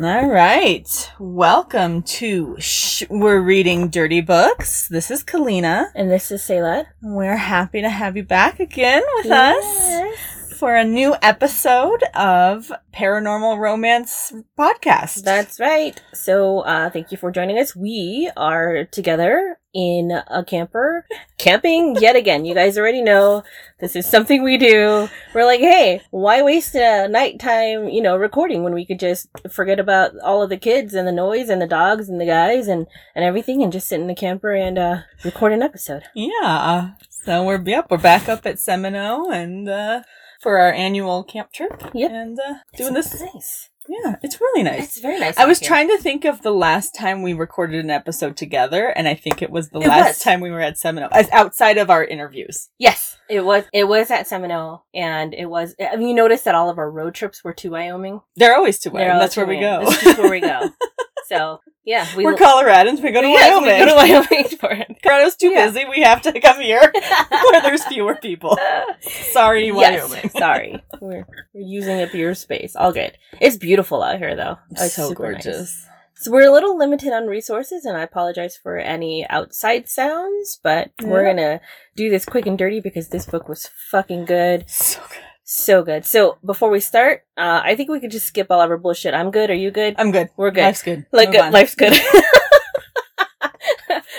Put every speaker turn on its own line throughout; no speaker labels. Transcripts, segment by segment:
All right. Welcome to Sh- We're Reading Dirty Books. This is Kalina.
And this is Sayla.
We're happy to have you back again with us for a new episode of Paranormal Romance Podcast.
That's right. So, uh, thank you for joining us. We are together in a camper, camping yet again. You guys already know this is something we do. We're like, hey, why waste a nighttime, you know, recording when we could just forget about all of the kids and the noise and the dogs and the guys and, and everything and just sit in the camper and uh, record an episode.
yeah. So we're yep, we're back up at Semino and uh for our annual camp trip.
Yep.
And uh doing
It's
this
nice.
Yeah, it's really nice.
It's very nice.
I was
out here.
trying to think of the last time we recorded an episode together, and I think it was the
It
last
was.
time we were at Seminole, as- outside of our interviews.
Yes, it was. It was at Seminole, and it was. I mean, you noticed that all of our road trips were to Wyoming.
They're always to
They're
Wyoming.
all
That's
to
where we
Wyoming.
go.
That's just where we go. So yeah, we
We're Coloradans. We go to
Yes,
Wyoming.
We go to Wyoming for it.
Colorado's too
Yeah.
busy. We have to come here where there's fewer people. Sorry,
yes,
Wyoming.
sorry, we're, we're using up your space. All good. It's beautiful out here, though. It's
so
super nice.
gorgeous.
So we're a little limited on resources, and I apologize for any outside sounds, but we're
Yeah.
gonna do this quick and dirty because this book was fucking good.
So good.
So good. So before we start, uh, I think we could just skip all of our bullshit. I'm good. Are you good?
I'm good.
We're good.
Uh, Life's good.
Look
Move
good.
on.
Life's good.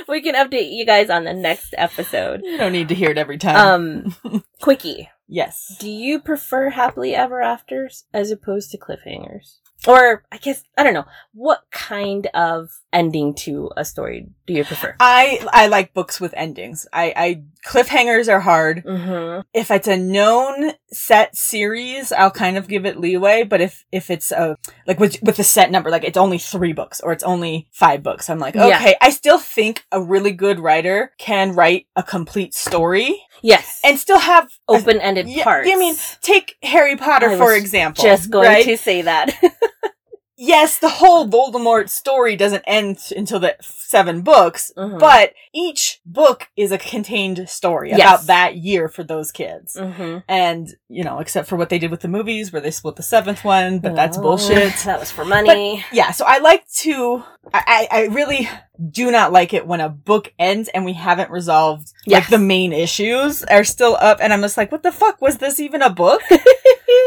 we can update you guys on the next episode.
You don't need to hear it every time.
Um, quickie.
yes.
Do you prefer happily ever afters as opposed to cliffhangers? Or I guess I don't know what kind of ending to a story do you prefer?
I I like books with endings. I, I cliffhangers are hard.
Mm-hmm.
if it's a known set series, I'll kind of give it leeway. But if if it's a like with with the set number, like it's only three books or it's only five books, I'm like,
Yeah.
okay, I still think a really good writer can write a complete story
Yes.
and still have a-
open-ended
Yeah,
parts.
I mean, take Harry Potter
Oh. I
for
was
example.
just going
right?
to say that.
yes, the whole Voldemort story doesn't end until the seven books.
Mhm.
But each book is a contained story
Yes.
about that year for those kids.
Mhm.
and you know except for what they did with the movies where they split the seventh one but that's
No,
bullshit
Oh. That was for money.
yeah so i like to I, I I really do not like it when a book ends and we haven't resolved like
Yes.
the main issues are still up and i'm just like what the fuck was this even a book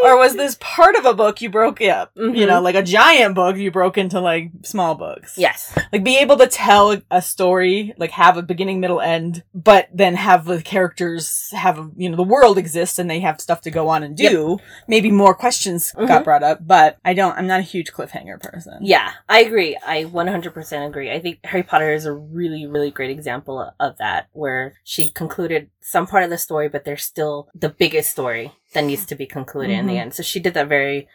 or was this part of a book you broke up you
Mhm.
know like a giant book you broke into like small books
yes.
like be able to tell a story like have a beginning middle end but then have the characters have you know the world exists and they have stuff to go on and do maybe more questions got
Mhm.
brought up but i don't i'm not a huge cliffhanger person
Yeah, I agree. I 100% agree. I think Harry Potter is a really, really great example of that, where she concluded some part of the story, but there's still the biggest story that needs to be concluded in the
Mhm.
end. So she did that very,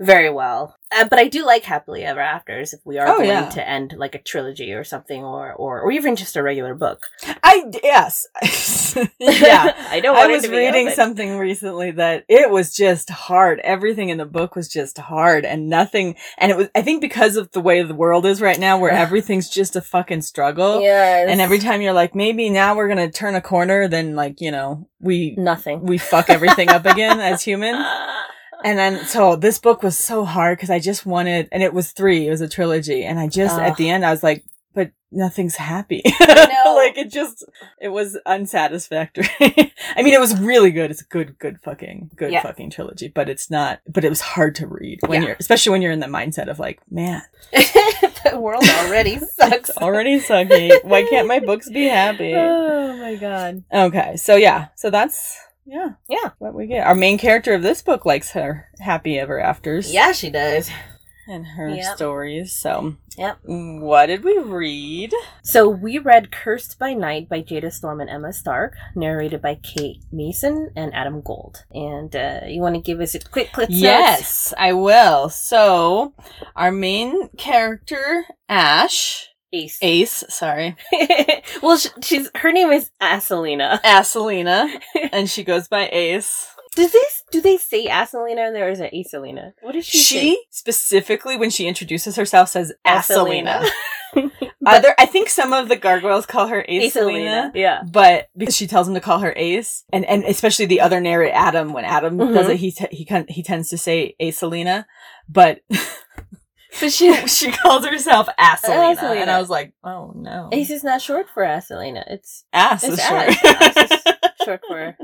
very well. Uh, but I do like Happily Ever Afters if we are
Oh,
going
yeah.
to end like a trilogy or something, or, or, or even just a regular book.
i yes yeah
I don't
I
want it
was
to be
reading
open.
something recently that it was just hard. Everything in the book was just hard and nothing. And it was, I think because of the way the world is right now where everything's just a fucking struggle.
Yes.
And every time you're like, maybe now we're gonna turn a corner, then like, you know,
Mm.
we
Nothing.
we fuck everything up again as humans.
Ah.
And then so this book was so hard because I just wanted and it was three, it was a trilogy, and I just at
Ugh.
the end I was like, but nothing's happy.
know.
like it just it was unsatisfactory. I mean it was really good. It's a good, good fucking good
Yeah.
fucking trilogy, but it's not but it was hard to read when
Yeah.
you're especially when you're in the mindset of like, man,
the world already sucks.
it's already sucky. Why can't my books be happy?
Oh my god.
Okay, so yeah, so that's yeah,
Yeah.
what we get. Our main character of this book likes her happy ever afters,
Yeah, she does.
and her
Yep.
stories. So,
Yep.
what did we read?
So we read Cursed by Night by Jada Storm and Emma Stark, narrated by Kate Mason and Adam Gold. And uh, you want to give us a quick clip?
Yes, I will. So, our main character Ash,
Ace.
Ace, sorry,
well, sh she's her name is Aselina.
Aselina, and she goes by Ace.
Do they do they say Aselina there or is it Aselina? What did she? say?
She specifically, when she introduces herself, says Aselina.
Aselina.
Other, I think some of the gargoyles call her Aselina.
Aselina. Yeah.
but because she tells him to call her Ace, and and especially the other narrator Adam, when Adam
Mhm.
does it, he t- he con- he tends to say Acelina, but But she she calls herself Asselina,
Asselina.
and I was like, oh no,
Ace is not short for Acelina. It's
ass
it's
is
Ass.
short.
Ass is short for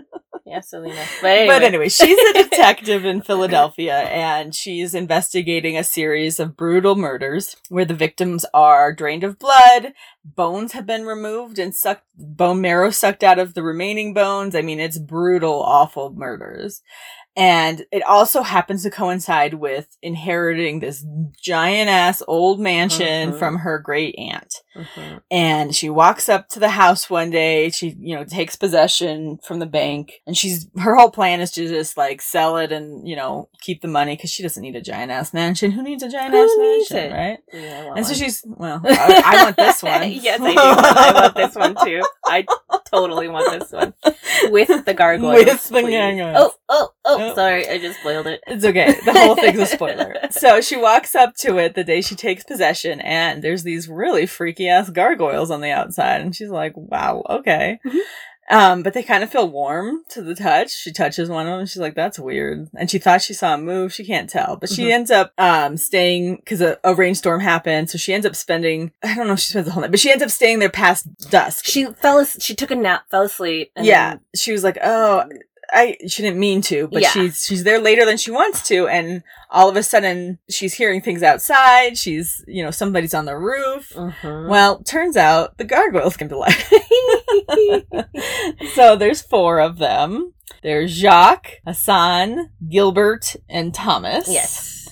Acelina. But anyway,
But anyway, she's a detective in Philadelphia and she's investigating a series of brutal murders where the victims are drained of blood, bones have been removed and sucked, bone marrow sucked out of the remaining bones. I mean, it's brutal, awful murders. And it also happens to coincide with inheriting this giant ass old mansion
Mhm.
from her great aunt
Mhm.
and she walks up to the house one day she you know takes possession from the bank and she's her whole plan is to just like sell it and you know keep the money because she doesn't need a giant ass mansion who needs a giant
Who
ass
needs
mansion
it?
right
Yeah, I want
and so
one.
she's well I, I want this one
yes, I do. I want this one too. I totally want this one with the gargoyles.
With the
please.
gargoyles.
Oh, oh, oh,
Oh.
Sorry, I just spoiled it.
It's okay. The whole thing's a spoiler. so she walks up to it the day she takes possession, and there's these really freaky ass gargoyles on the outside, and she's like, "Wow, okay."
Mhm.
Um, but they kind of feel warm to the touch. She touches one of them. She's like, "That's weird," and she thought she saw a move. She can't tell, but she
Mhm.
ends up um staying because a, a rainstorm happened. So she ends up spending I don't know if she spends the whole night, but she ends up staying there past dusk.
She fell. As- she took a nap, fell asleep. And
yeah, she was like, "Oh, I she didn't mean to, but
Yeah.
she's she's there later than she wants to, and all of a sudden she's hearing things outside. She's you know somebody's on the roof.
Then- Mhm.
Well, turns out the gargoyles came to life. so there's four of them. There's Jacques, Hassan, Gilbert, and Thomas.
yes.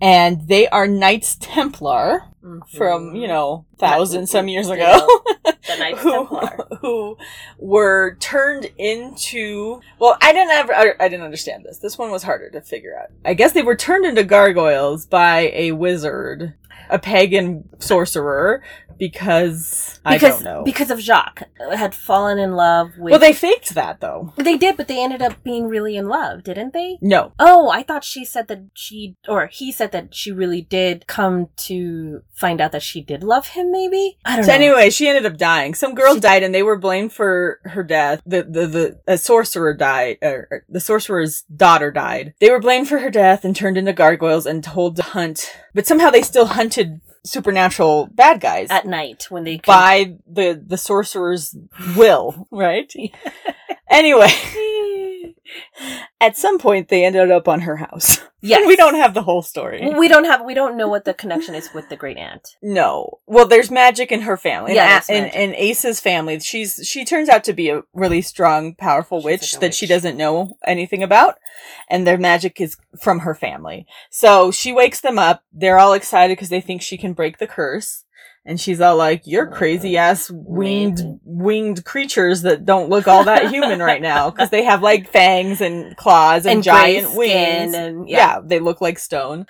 and they are Knights Templar
Mm-hmm.
from you know thousand some years ago.
the Knights
who,
Templar.
who were turned into well i didn't ever I, I didn't understand this this one was harder to figure out i guess they were turned into gargoyles by a wizard a pagan sorcerer because, i
Because
don't know
because of Jacques uh, had fallen in love with.
well they faked that though
they did, but they ended up being really in love, didn't they?
no
Oh, I thought she said that she, or he said that she really did come to find out that she did love him, maybe? I don't
so
know.
anyway she ended up dying some girl
She-
died and they were blamed for her death the the, the a sorcerer died or or the sorcerer's daughter died they were blamed for her death and turned into gargoyles and told to hunt but somehow they still hunted supernatural bad guys
At night when they. came-
by the the sorcerer's will right anyway at some point they ended up on her house
yes.
we don't have the whole story
We don't have. We don't know what the connection is with the great aunt.
No. Well, there's magic in her family.
Yeah,
Yeah,
there's
and,
magic.
and Ace's family. She's she turns out to be a really strong, powerful
She's
witch
like a
that she
witch.
doesn't know anything about, and their magic is from her family. So she wakes them up. They're all excited because they think she can break the curse. And she's all like, "You're
Oh,
crazy ass winged winged creatures that don't look all that human right now because they have like fangs and claws and,
gray
giant
skin
wings
And, yeah.
yeah. they look like stone.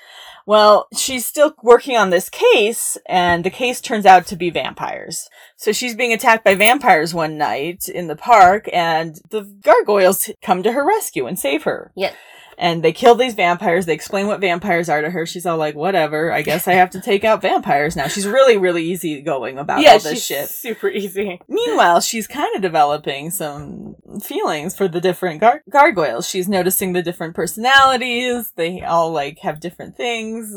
Well, she's still working on this case, and the case turns out to be vampires. So she's being attacked by vampires one night in the park, and the gargoyles come to her rescue and save her.
Yeah.
And they kill these vampires. They explain what vampires are to her. She's all like, whatever. I guess I have to take out vampires now. She's really, really easygoing about all this shit.
super easy.
Meanwhile, she's kind of developing some feelings for the different gar- gargoyles. She's noticing the different personalities. They all like have different things,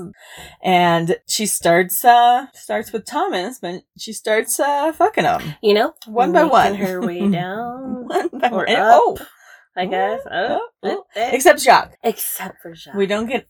and she starts uh starts with Thomas, but she starts uh fucking him
You know,
One by
making
one.
her way down.
one by
Or
one. And-
up.
Oh,
I guess. Oh,
Oh, oh.
eh, eh.
except Jacques,
except for Jacques.
we don't get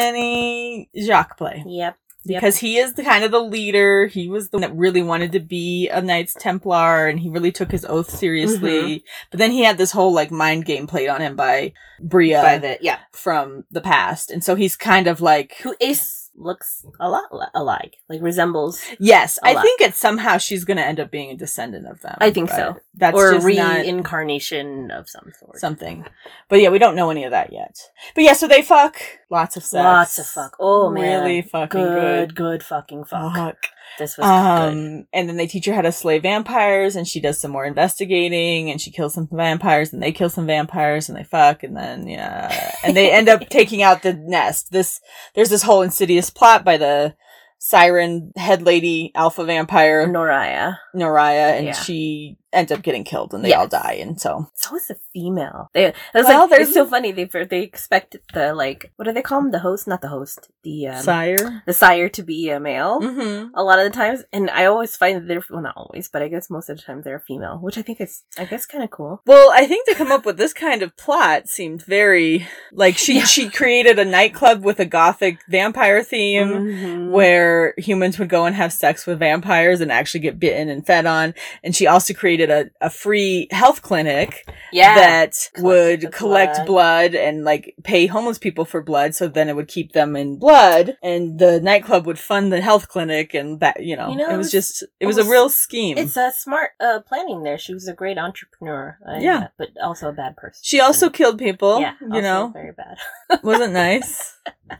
any Jacques play.
Yep. Yep.
because he is the kind of the leader. He was the one that really wanted to be a Knights Templar, and he really took his oath seriously.
Mm-hmm.
But then he had this whole like mind game played on him by Bria
By the yeah,
from the past, and so he's kind of like,
who is looks a lot li- alike, like resembles
yes,
A
I
lot.
think it's somehow she's going to end up being a descendant of them.
I think
but
so.
That's
or
just not-
reincarnation of some sort.
something. But yeah, we don't know any of that yet. But yeah, so they fuck lots of sex,
Lots of fuck. Oh man,
really fucking
good,
good.
good, fucking fuck.
Fuck.
This was good.
Um, and then they teach her how to slay vampires, and she does some more investigating, and she kills some vampires, and they kill some vampires, and they fuck, and then yeah, and they end up taking out the nest. This there's this whole insidious plot by the siren head lady alpha vampire
Noraya.
Noraya, and
Yeah.
she ends up getting killed and they all
Yes.
die. And so
So is the female. They, I was
Well,
like,
there's-
it's so funny. They they expect the like, what do they call him? The host, not the host. The um,
sire.
the sire to be a male.
Mm-hmm.
A lot of the times, and I always find that they're well, not always, but I guess most of the time they're female, which I think is I guess kind of cool.
Well, I think to come up with this kind of plot seemed very like she
Yeah.
she created a nightclub with a gothic vampire theme.
Mm-hmm. Where
where humans would go and have sex with vampires and actually get bitten and fed on. And she also created a, a free health clinic
yeah,
that
Collect
would
the
collect
blood.
blood and like pay homeless people for blood. So then it would keep them in blood and the nightclub would fund the health clinic. And that, you know,
You know,
it was
it's
just, it was a
almost-
real scheme.
it's a smart uh, planning there. She was a great entrepreneur. and,
Yeah.
uh, but also a bad person.
she also killed people,
yeah,
you
also
know,
very bad.
wasn't nice,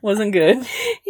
wasn't good.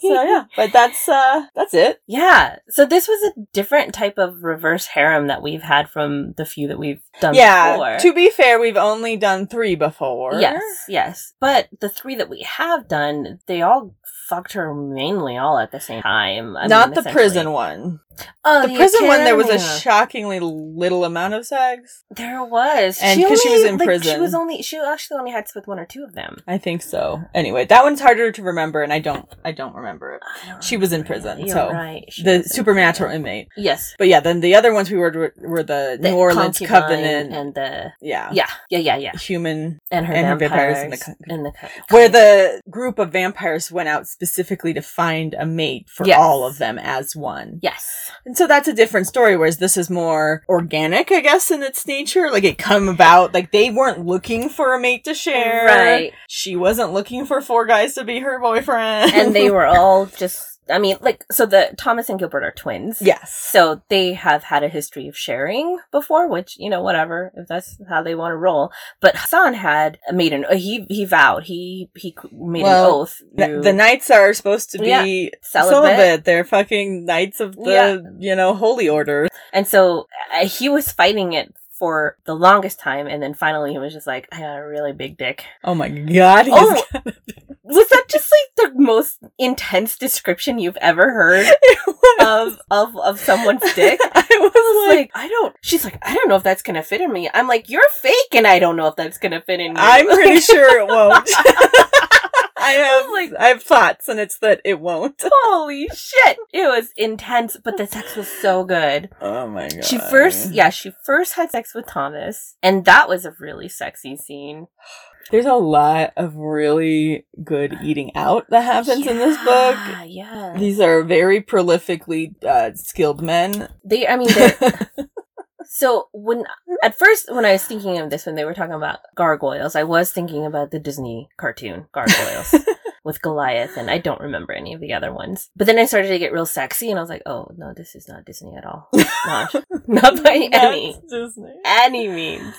So yeah, but that's, uh, that's it.
Yeah. So this was a different type of reverse harem that we've had from the few that we've done
yeah.
before.
To be fair, we've only done three before.
Yes, yes. But the three that we have done, they all fucked her mainly all at the same time. I
Not
mean,
the
essentially.
prison one.
Oh,
The prison one, there was a
academy.
shockingly little amount of sex.
there was,
And 'cause she was
only-
in
like, She
prison.
was only. She actually only had sex with one or two of them.
I think so. Anyway, that one's harder to remember, and I don't, I don't remember it.
I don't
She was in
remember.
prison,
You're
so
right. She
The
was in
supernatural
prison.
inmate.
Yes.
But yeah, then the other ones we were were the,
The
New Orleans
concubine
Covenant.
and the
yeah.
yeah, yeah, yeah, yeah,
Human,
and her
And her
vampires,
vampires in the co-
in the co-
where the group of vampires went out specifically to find a mate for
Yes.
all of them as one.
yes,
And so that's a different story, whereas this is more organic, I guess, in its nature. Like it come about, like they weren't looking for a mate to share.
Right.
She wasn't looking for four guys to be her boyfriend.
and they were all just. I mean, like, so the Thomas and Gilbert are twins.
Yes.
So they have had a history of sharing before, which you know, whatever if that's how they want to roll. But Hassan had made an he he vowed he he made
Well,
an oath.
The, the knights are supposed to be
Yeah.
celibate.
celibate.
They're fucking knights of the,
Yeah.
you know, holy order.
and so uh, he was fighting it for the longest time, and then finally he was just like, "I got a really big dick."
Oh my god. he's
Oh.
got-
Was that just like the most intense description you've ever heard of of of someone's Um, dick?
I
I
was
was
like,
like, I don't. She's like, I don't know if that's gonna fit in me. I'm like, you're fake, and I don't know if that's gonna fit in me.
I'm
Like-
pretty sure it won't. I have,
was
like, I have thoughts, and it's that it won't.
Holy shit! It was intense, but the sex was so good.
Oh my god.
She first, yeah, she first had sex with Thomas, and that was a really sexy scene.
There's a lot of really good eating out that happens in this book.
Yeah, Yeah,
These are very prolifically uh, skilled men.
they. I mean, they're- so when at first when I was thinking of this, when they were talking about gargoyles, I was thinking about the Disney cartoon gargoyles. With Goliath, and I don't remember any of the other ones. But then I started to get real sexy, and I was like, "Oh no, this is not Disney at all. Not, not by
That's
any
Disney.
any means."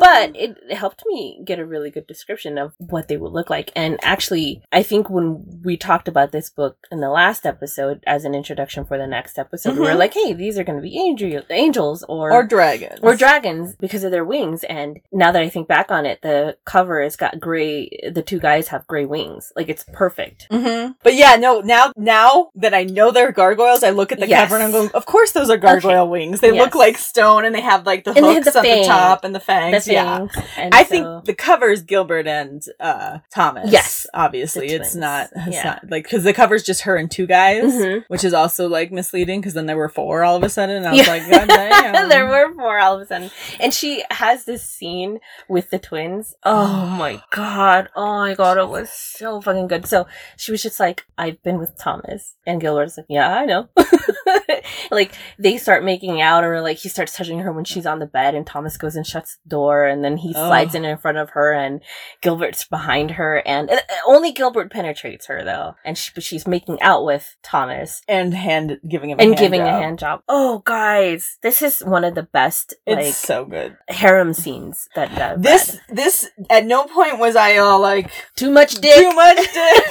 but it it helped me get a really good description of what they would look like and actually i think when we talked about this book in the last episode as an introduction for the next episode we were
Mhm.
like hey these are going to be angel- angels or
or dragons.
or dragons because of their wings and now that i think back on it the cover has got gray the two guys have gray wings like it's perfect
Mhm. But yeah, no. Now, now that I know they're gargoyles, I look at the
Yes.
cover and I'm going, "Of course, those are gargoyle wings. They look
Yes.
like stone, and they have like the
And they have
hooks
the
at the
fangs.
top and the fangs.
That's
yeah,
and
I
so-
think the covers Gilbert and uh, Thomas.
Yes.
obviously
The
it's
twins.
not it's
Yeah.
not like because the covers just her and two guys,
Mhm.
which is also like misleading because then there were four all of a sudden. And I was
Yeah.
like, God damn.
there were four all of a sudden. And she has this scene with the twins. Oh my god. Oh my god. It was so fucking good. So she was just like, I've been with Thomas. And Gilbert's like, Yeah, I know. like they start making out or like he starts touching her when she's on the bed and Thomas goes and shuts the door and then he slides
Oh.
in in front of her and Gilbert's behind her and uh, only Gilbert penetrates her though. And she, but she's making out with Thomas
and hand giving him a
and
hand
giving
job.
a hand job. Oh, guys, this is one of the best
It's
like
so good.
harem scenes that, that I've
This
read.
this at no point was I all like
too much
too
dick.
much dick.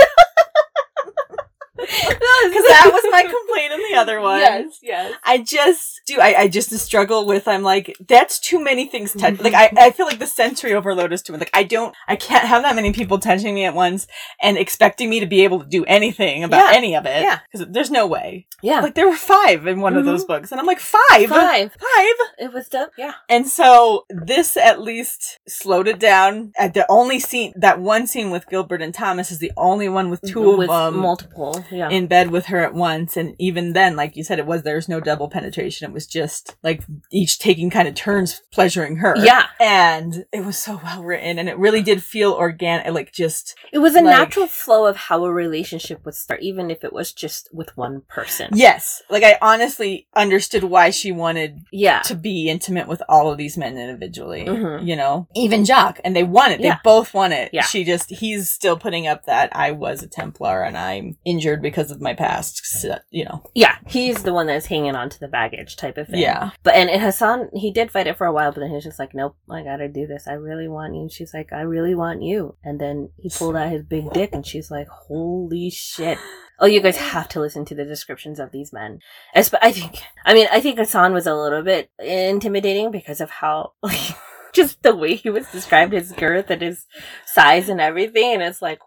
no,
Because that was my complaint in the other one.
Yes, yes.
I just do. I, I just struggle with. I'm like, that's too many things. Touch.
Mm-hmm.
Like, I, I feel like the sensory overload is too. Like, I don't. I can't have that many people touching me at once and expecting me to be able to do anything about
Yeah.
any of it.
Yeah.
Because there's no way.
Yeah.
Like, there were five in one of
Mhm.
those books, and I'm like, five,
Five.
five.
It was done. Yeah.
And so this at least slowed it down. At the only scene, that one scene with Gilbert and Thomas is the only one with two
with
of them
multiple. Yeah.
in bed with her at once. And even then, like you said, it was there's no double penetration. It was just like each taking kind of turns pleasuring her.
yeah.
And it was so well written, and it really did feel organic. Like just
It was a
Like-
natural flow of how a relationship would start, even if it was just with one person.
yes, like I honestly understood why she wanted
Yeah.
to be intimate with all of these men individually,
Mhm.
you know, even Jock, and they want it.
Yeah.
They both want it.
Yeah.
She just, he's still putting up that I was a Templar and I'm injured because of my past, so- you know.
Yeah. He's the one that's hanging on to the baggage type of thing.
Yeah.
But and, and Hassan, he did fight it for a while, but then he was just like, Nope, I gotta do this. I really want you. And she's like, I really want you. And then he pulled out his big dick and she's like, Holy shit. Oh, you guys have to listen to the descriptions of these men. Espe- I think, I mean, I think Hassan was a little bit intimidating because of how, like, just the way he was described, his girth and his size and everything. And it's like,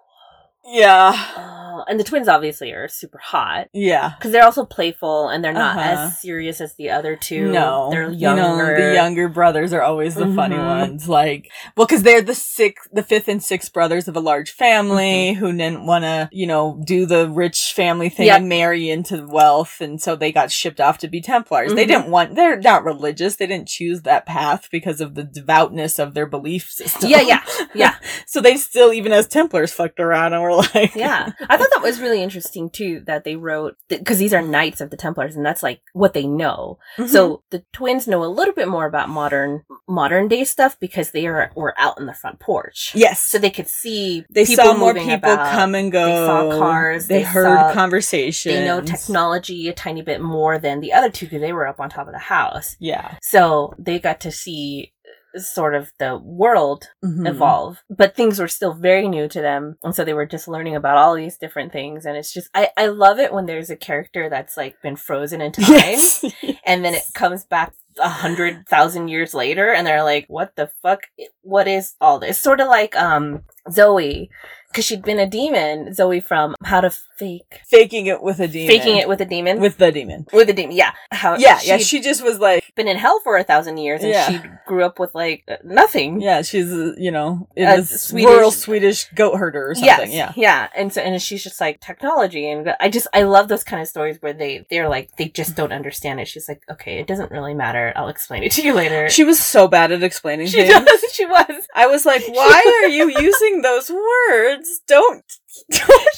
Yeah.
oh. And the twins obviously are super hot.
Yeah.
Because they're also playful and they're not
Uh-huh.
as serious as the other two.
No,
they're
You know,
younger.
the younger brothers are always the funny
Mhm.
ones. Like, well, because they're the sixth, the fifth and sixth brothers of a large family
Mm-hmm.
who didn't want to, you know, do the rich family thing
Yeah.
and marry into wealth, and so they got shipped off to be Templars. They
Mhm.
didn't want. They're not religious. They didn't choose that path because of the devoutness of their belief system.
Yeah, yeah, yeah,
so they still, even as Templars, fucked around and were like,
yeah. I thought that was really interesting too that they wrote because these are knights of the Templars, and that's like what they know.
Mm-hmm.
So the twins know a little bit more about modern modern day stuff because they are were out in the front porch,
yes,
so they could see
they
people
saw more
moving
people
about.
come and go.
saw cars,
They,
they
heard
saw-
conversations.
They know technology a tiny bit more than the other two because they were up on top of the house,
Yeah.
so they got to see uh, sort of the world
Mhm.
evolve but things were still very new to them and so they were just learning about all these different things and it's just i i love it when there's a character that's like been frozen in time
Yes.
and then it comes back a hundred thousand years later and they're like what the fuck what is all this sort of like um zoe because she'd been a demon zoe from how to fake
Faking it with a demon.
faking it with Uh, a demon
with the demon.
with a demon yeah how
Yeah, yeah.
she'd
She just was like,
been in hell for a thousand years and
Yeah.
she grew up with like nothing
yeah, she's uh, you know in
A
this
Swedish-
rural Swedish goat herder or something.
Yes, yeah, and so and she's just like technology, and I just I love those kind of stories where they they're like they just don't understand it. She's like, okay, it doesn't really matter. I'll explain it to you later.
Yeah, she was so bad at explaining
She
things.
does. She was.
I was like, why are you using those words? Don't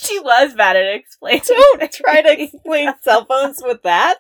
She was bad at explaining.
don't try to explain cell phones with that.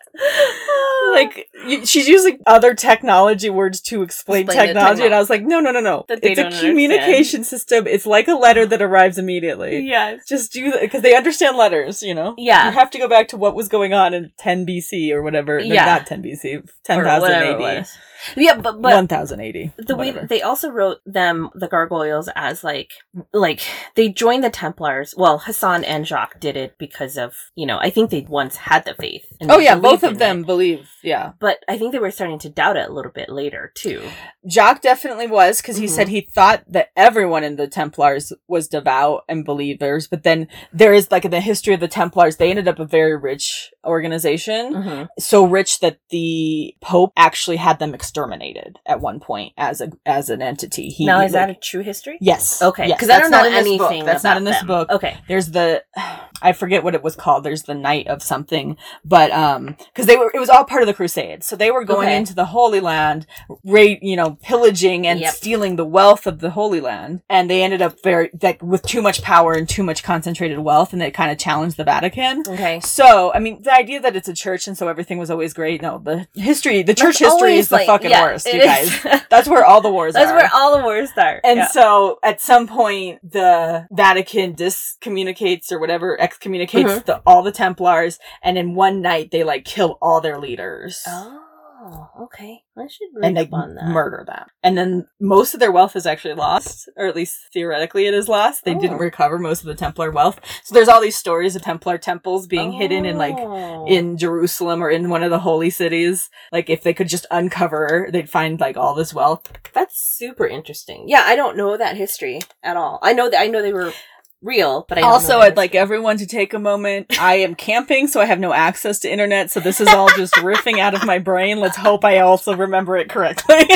Like you, she's using other technology words to explain,
Explain the
technology, and
techno-
I was like, no, no, no, no.
That they
It's a
don't understand.
communication system. It's like a letter that arrives immediately.
yes.
just do that because they understand letters, you know.
Yeah.
you have to go back to what was going on in 10 BC or whatever. No,
Yeah.
not 10 BC,
Or whatever it
10,080,
was. Yeah, but but
1080.
the way
whatever.
that they also wrote them the gargoyles as like like they joined the templars well hassan and jacques did it because of you know i think they once had the faith and
Oh yeah,
believed
both
in
of
it.
them believe. Yeah,
but I think they were starting to doubt it a little bit later too.
Jacques definitely was because he
Mhm.
said he thought that everyone in the Templars was devout and believers. But then there is like in the history of the Templars, they ended up a very rich organization.
Mm.
so rich that the Pope actually had them exterminated at one point as a as an entity. He,
Now is
like-
that a true history?
yes?
Okay,
Yes.
because I
That's
don't know
not in this book.
anything.
That's not
about
in this
them.
book.
Okay,
There's the I forget what it was called. There's the Knight of something, but um, because they were it was all part of the Crusades, so they were going
Okay.
into the Holy Land, raid, you know, pillaging and
Yep.
stealing the wealth of the Holy Land, and they ended up very like with too much power and too much concentrated wealth, and they kind of challenged the Vatican.
okay.
So, I mean, the idea that it's a church and so everything was always great. No, the history, the church
That's
history
always,
is the
like-
fucking
yeah,
worst,
it
you
is.
guys. That's where all the wars
That's
are.
where all the wars start.
and
yeah.
so at some point the Vatican discommunicates or whatever
Mm-hmm.
excommunicates the, all the Templars and in one night they like kill all their leaders.
oh. Oh, okay. I should read
and they
up on that.
murder them. And then most of their wealth is actually lost, or at least theoretically it is lost. They
Oh.
didn't recover most of the Templar wealth. So there's all these stories of Templar temples being hidden in like
Oh.
in Jerusalem or in one of the holy cities. Like if they could just uncover, they'd find like all this wealth.
That's super interesting. Yeah, I don't know that history at all. I know that I know they were real, but I don't know
also,
their
I'd like everyone to take a moment. I am camping, so I have no access to internet. So this is all just riffing out of my brain. Let's hope I also remember it correctly.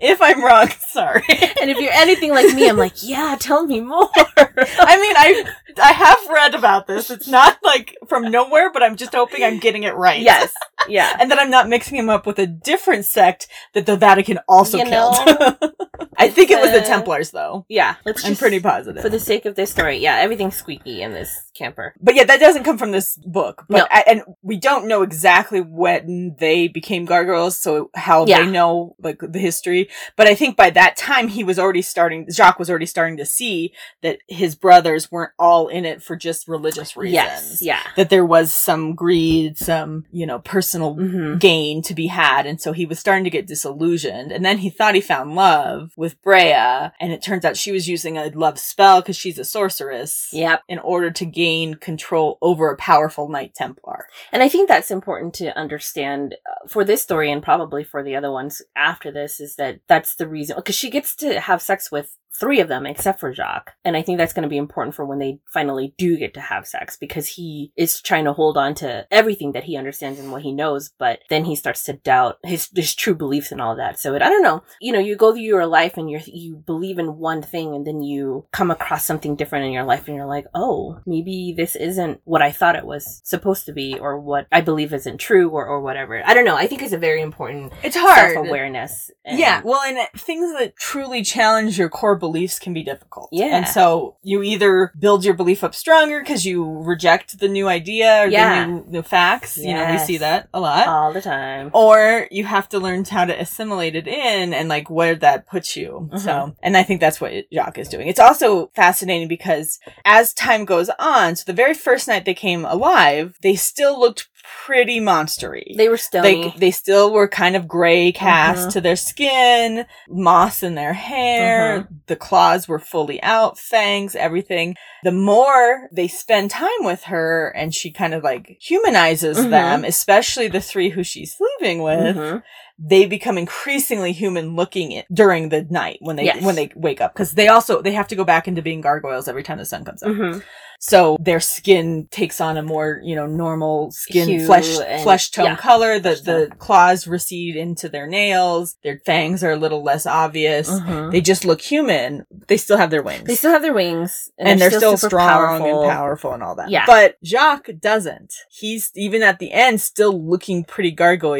if I'm wrong, sorry.
history. and if you're anything like me, I'm like, yeah, tell me more.
I mean, I I have read about this. It's not like from nowhere, but I'm just hoping I'm getting it right.
yes, yeah.
And that I'm not mixing him up with a different sect that the Vatican also
You
killed.
know,
I think it was the
uh,
Templars, though.
Yeah, let's
I'm
just-
pretty positive.
for the sake of this story. Yeah, everything's squeaky in this camper.
but yeah, that doesn't come from this book. But
No.
I, and we don't know exactly when they became gargoyles, so how
Yeah.
they know like the history. But I think by that time he was already starting. Jacques was already starting to see that his brothers weren't all in it for just religious reasons.
Yes, yeah.
that there was some greed, some, you know, personal
Mm-hmm.
gain to be had. And so he was starting to get disillusioned. And then he thought he found love with Brea. And it turns out she was using a love spell because she's a sorceress
Yep.
in order to gain control over a powerful Knight Templar.
And I think that's important to understand uh, for this story and probably for the other ones after this is that that's the reason because she gets to have sex with three of them except for Jacques. And I think that's going to be important for when they finally do get to have sex because he is trying to hold on to everything that he understands and what he knows, but then he starts to doubt his his true beliefs and all that. So it I don't know. You know, you go through your life and you are you believe in one thing and then you come across something different in your life and you're like, "Oh, maybe this isn't what I thought it was supposed to be or what I believe isn't true or or whatever." I don't know. I think it's a very important
It's
self-awareness. and-
Yeah, well, and it- things that truly challenge your core beliefs can be difficult.
Yeah.
and so you either build your belief up stronger because you reject the new idea or
Yeah.
the new the facts. You know, we see
Yes.
that a lot.
all the time.
or you have to learn how to assimilate it in and like where that puts you.
Mhm.
So, and I think that's what Jacques is doing. It's also fascinating because as time goes on, so the very first night they came alive, they still looked pretty monstery.
They were stony.
like they still were kind of gray cast
Mhm.
to their skin, moss in their hair, the claws were fully out, fangs, everything. The more they spend time with her and she kind of like humanizes
Mhm.
them, especially the three who she's sleeping with,
Mhm.
they become increasingly human looking it during the night when they
Yes.
when they wake up cuz they also they have to go back into being gargoyles every time the sun comes up.
Mhm.
So their skin takes on a more, you know, normal skin
Hue
flesh
and-
flesh tone
yeah.
color. The
Flesh tone.
the claws recede into their nails. Their fangs are a little less obvious.
Mhm.
They just look human. They still have their wings.
They still have their wings,
and, they're, still,
super
strong
powerful.
and powerful and all that.
Yeah.
But Jacques doesn't. He's even at the end still looking pretty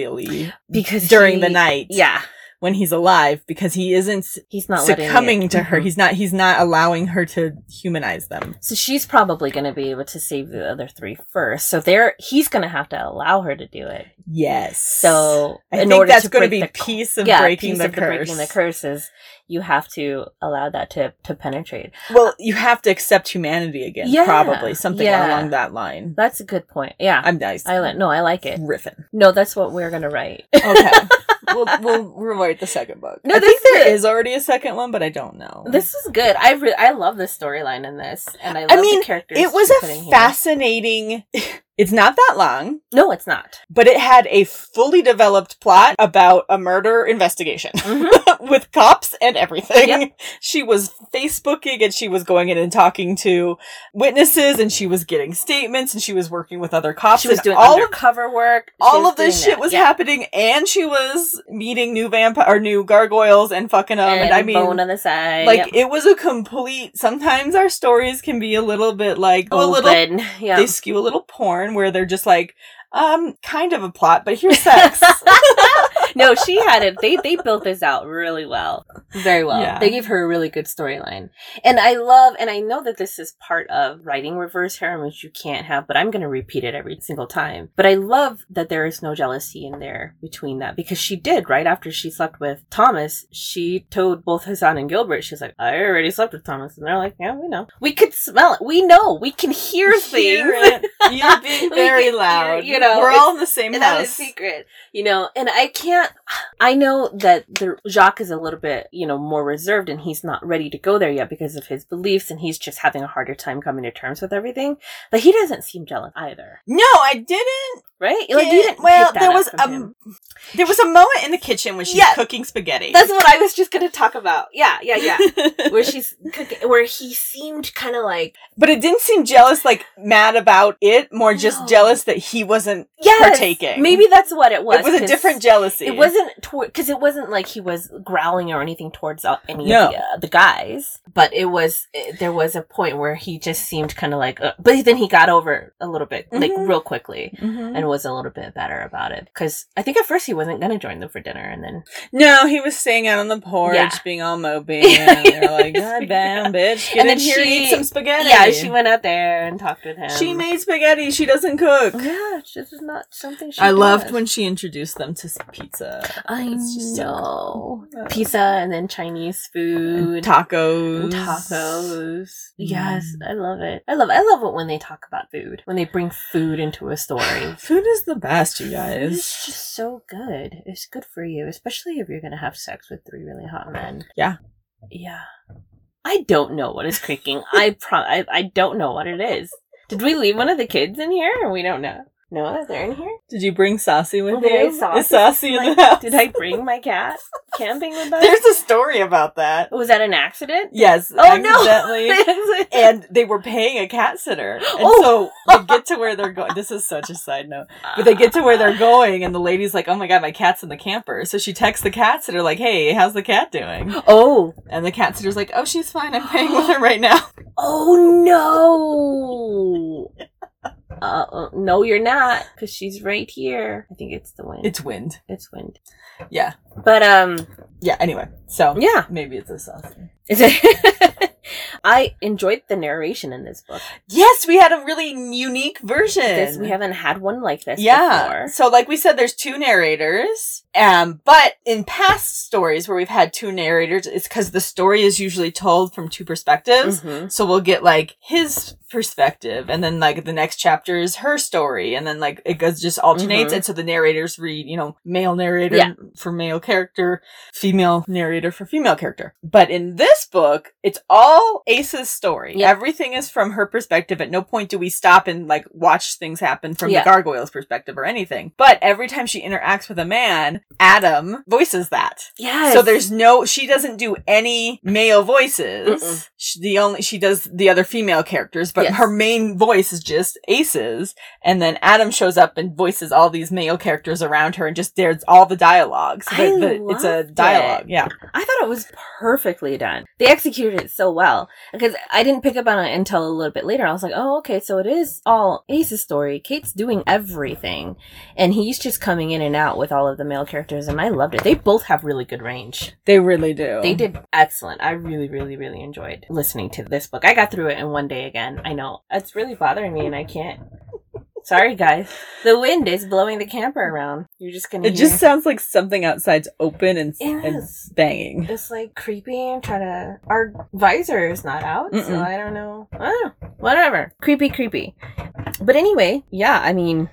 gargoyle
because
during
he-
the night.
Yeah,
When he's alive because he isn't
he's not letting
succumbing
it-
to her.
Mhm.
He's not he's not allowing her to humanize them.
So she's probably going to be able to save the other three first. So there, he's going to have to allow her to do it.
Yes.
So
I
in
think
order
that's
to
gonna
break
be
the cu-
piece of
yeah,
breaking
piece
the
of the breaking the
curse.
curses. You have to allow that to to penetrate.
Well, you have to accept humanity again,
Yeah,
probably something
yeah.
along that line.
That's a good point. Yeah,
I'm nice.
I like. No, I like it.
riffing.
No, that's what we're going to write.
Okay, we'll we'll rewrite the second book.
No,
I think
that's
there
it.
is already a second one, but I don't know.
This is good. I re- I love the storyline in this, and I love
I mean,
the characters.
it was
she's putting
a
here.
fascinating. it's not that long,
No, it's not.
but it had a fully developed plot about a murder investigation.
Mhm.
with cops and everything.
Yep.
She was Facebooking and she was going in and talking to witnesses and she was getting statements and she was working with other cops.
She was
and
doing
all of
undercover work. She
all
was
of this
doing
shit
that.
was
Yeah.
happening, and she was meeting new vampire or new gargoyles and fucking them. And,
and,
I mean,
bone on the side.
like
yep.
it was a complete. Sometimes our stories can be a little bit like a little
Open, Oh, yeah.
they skew a little porn where they're just like, um, kind of a plot, but here's sex.
no, she had it. They they built this out really well, very well.
Yeah.
They gave her a really good storyline, and I love. And I know that this is part of writing reverse harem, which you can't have. But I'm going to repeat it every single time. But I love that there is no jealousy in there between that because she did right after she slept with Thomas. She told both Hassan and Gilbert. She's like, I already slept with Thomas, and they're like, Yeah, we know. We could smell it. We know. We can hear things.
Hear it. You're being
We
very
can hear,
loud.
you know,
we're
it's-
all in the same
and that is
house.
secret, you know. And I can't. I know that the Jacques is a little bit, you know, more reserved, and he's not ready to go there yet because of his beliefs, and he's just having a harder time coming to terms with everything. But he doesn't seem jealous either,
No, I didn't.
right? Like you
get-
didn't.
well,
pick that
there
up
was
from him.
um, there was a moment in the kitchen when she's
Yeah.
cooking spaghetti.
That's what I was just gonna talk about. Yeah, yeah, yeah. where she's cooking, where he seemed kind of like
but it didn't seem jealous, like mad about it, more just
No.
jealous that he wasn't.
yeah
Partaking.
Maybe that's what it was.
it was a
'cause-
different jealousy.
It wasn't because it wasn't like he was growling or anything towards uh, any
No.
of the, uh, the guys, but it was it, there was a point where he just seemed kind of like, uh, but then he got over it a little bit, like
Mhm.
real quickly,
Mhm.
and was a little bit better about it. Because I think at first he wasn't gonna join them for dinner, and then
No, he was staying out on the porch,
Yeah.
being all mopey, and they're like, "God
Yeah.
damn, bitch, get
And
in
then
here, and
she-
eat some spaghetti."
yeah, she went out there and talked with him.
She made spaghetti. She doesn't cook.
yeah, this is not something she.
I loved
does.
when she introduced them to s- pizza,
I
It's just so
know
good.
pizza and then Chinese
and
food.
tacos,
tacos. Yes,
Mm.
I love it. I love I love it when they talk about food. When they bring food into a story.
Food is the best, you
It's
guys.
just so good. It's good for you, especially if you're gonna have sex with three really hot men.
Yeah.
Yeah. I don't know what is creaking. I pro I, I don't know what it is. Did we leave one of the kids in here? We don't know. No, they're in here.
Did you bring Saucy with
Did I
you?
saucy-
Is Saucy in
like,
the house?
Did I bring my cat camping with us?
There's a story about that.
Was that an accident?
Yes.
Oh, no.
accidentally. and they were paying a cat sitter. And
Oh.
so they get to where they're going. This is such a side note. But they get to where they're going, and the lady's like, oh my god, my cat's in the camper. So she texts the cat sitter, like, hey, how's the cat doing?
Oh,
And the cat sitter's like, oh, she's fine. I'm paying with her right now.
Oh no! Uh, no, you're not, because she's right here. I think it's the wind. It's,
It's wind.
wind.
Yeah.
But um,
Yeah, anyway. So
yeah.
maybe it's a saucy.
Is it? I enjoyed the narration in this book.
Yes, we had a really unique version.
This we haven't had one like this.
yeah.
Before.
So like we said, there's two narrators. Um, but in past stories where we've had two narrators, it's because the story is usually told from two perspectives.
Mhm.
So we'll get like his perspective, and then like the next chapter is her story, and then like it goes just alternates.
Mhm.
And so the narrators read, you know, male narrator
Yeah.
for male character, female narrator for female character. But in this book, it's all Ace's story.
Yeah.
Everything is from her perspective. At no point do we stop and like watch things happen from
Yeah.
the gargoyle's perspective or anything. But every time she interacts with a man, Adam voices that.
Yes.
So there's no she doesn't do any male voices.
Mm-mm.
She, the only she does the other female characters, but
Yes.
her main voice is just Aces. And then Adam shows up and voices all these male characters around her and just dares all the dialogue. So
I
the, the, it's a
loved it.
dialogue, yeah.
I thought it was perfectly done. They executed it so well because I didn't pick up on it until a little bit later. I was like, oh, okay, so it is all Ace's story. Kate's doing everything, and he's just coming in and out with all of the male characters, and I loved it. They both have really good range.
They really do.
They did excellent. I really, really, really enjoyed listening to this book. I got through it in one day again. I know it's really bothering me, and I can't. Sorry, guys. The wind is blowing the camper around. You're just gonna.
It
hear-
just sounds like something outside's open and, and
Yes.
banging.
It's like creepy and trying to. Our visor is not out, so
Mm-mm.
I don't know. Ah, whatever. Creepy, creepy. But anyway, yeah, I mean,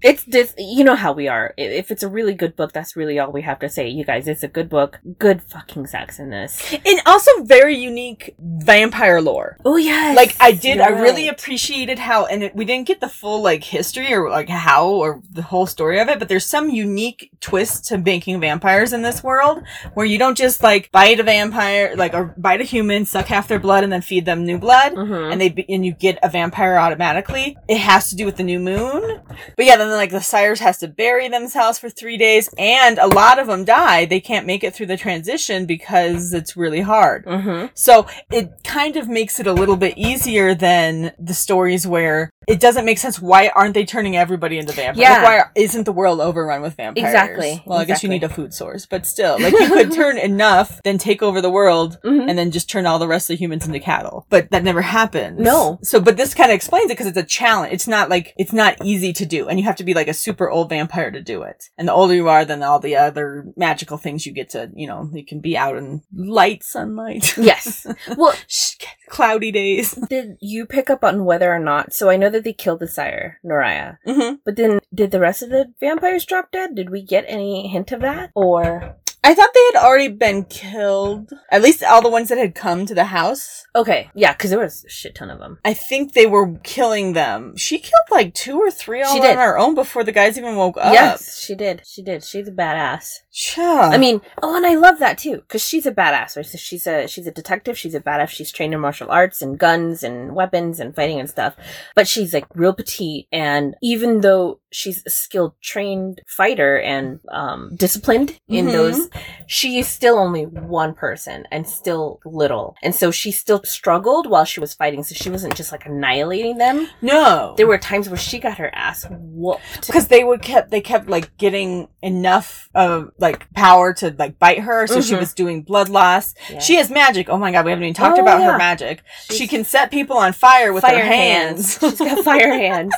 it's this. You know how we are. I- If it's a really good book, that's really all we have to say. You guys, it's a good book. Good fucking sex in this.
And also very unique vampire lore.
Oh yes.
like I did,
You're
I really
right.
appreciated how, and it, we didn't get the full like history or like how or the whole story of it, but there's some unique twist to making vampires in this world where you don't just like bite a vampire, like or bite a human, suck half their blood, and then feed them new blood.
Mhm.
And they be- and you get a vampire automatically. It has to do with the new moon, but yeah, then like the sires has to bury themselves for three days, and a lot of them die. They can't make it through the transition because it's really hard.
Mhm.
So it kind of makes it a little bit easier than the stories where It doesn't make sense. Why aren't they turning everybody into vampires?
Yeah.
Like, why isn't the world overrun with vampires?
Exactly,
Well, I guess you
exactly.
need a food source, but still, like you could turn enough, then take over the world,
Mhm.
and then just turn all the rest of the humans into cattle. But that never happens.
No.
So, but this kind of explains it because it's a challenge. It's not like, it's not easy to do. And you have to be like a super old vampire to do it. And the older you are, then all the other magical things you get to, you know, you can be out in light sunlight,
Yes. Well,
Sh- cloudy days.
did you pick up on whether or not? So I know that they killed the sire, Noraya.
Mm-hmm.
But then, did the rest of the vampires drop dead? Did we get any hint of that? Or
I thought they had already been killed. At least all the ones that had come to the house.
okay, yeah, because there was a shit ton of them.
I think they were killing them. She killed like two or three all
She
on
did.
her own before the guys even woke up.
Yes, she did. She did. She's a badass.
Yeah.
I mean, oh, and I love that too because she's a badass. Right? So she's a she's a detective. She's a badass. She's trained in martial arts and guns and weapons and fighting and stuff. But she's like real petite, and even though she's a skilled, trained fighter and um, disciplined in
Mhm.
those, she is still only one person and still little, and so she still struggled while she was fighting. So she wasn't just like annihilating them.
no.
There were times where she got her ass whooped.
because they would kept they kept like getting enough of like power to like bite her so she
Mhm.
was doing blood loss
Yeah.
she has magic oh my god we haven't even talked
Oh,
about
yeah.
her magic she
She's-
can set people on fire with her hands,
She's got fire hands.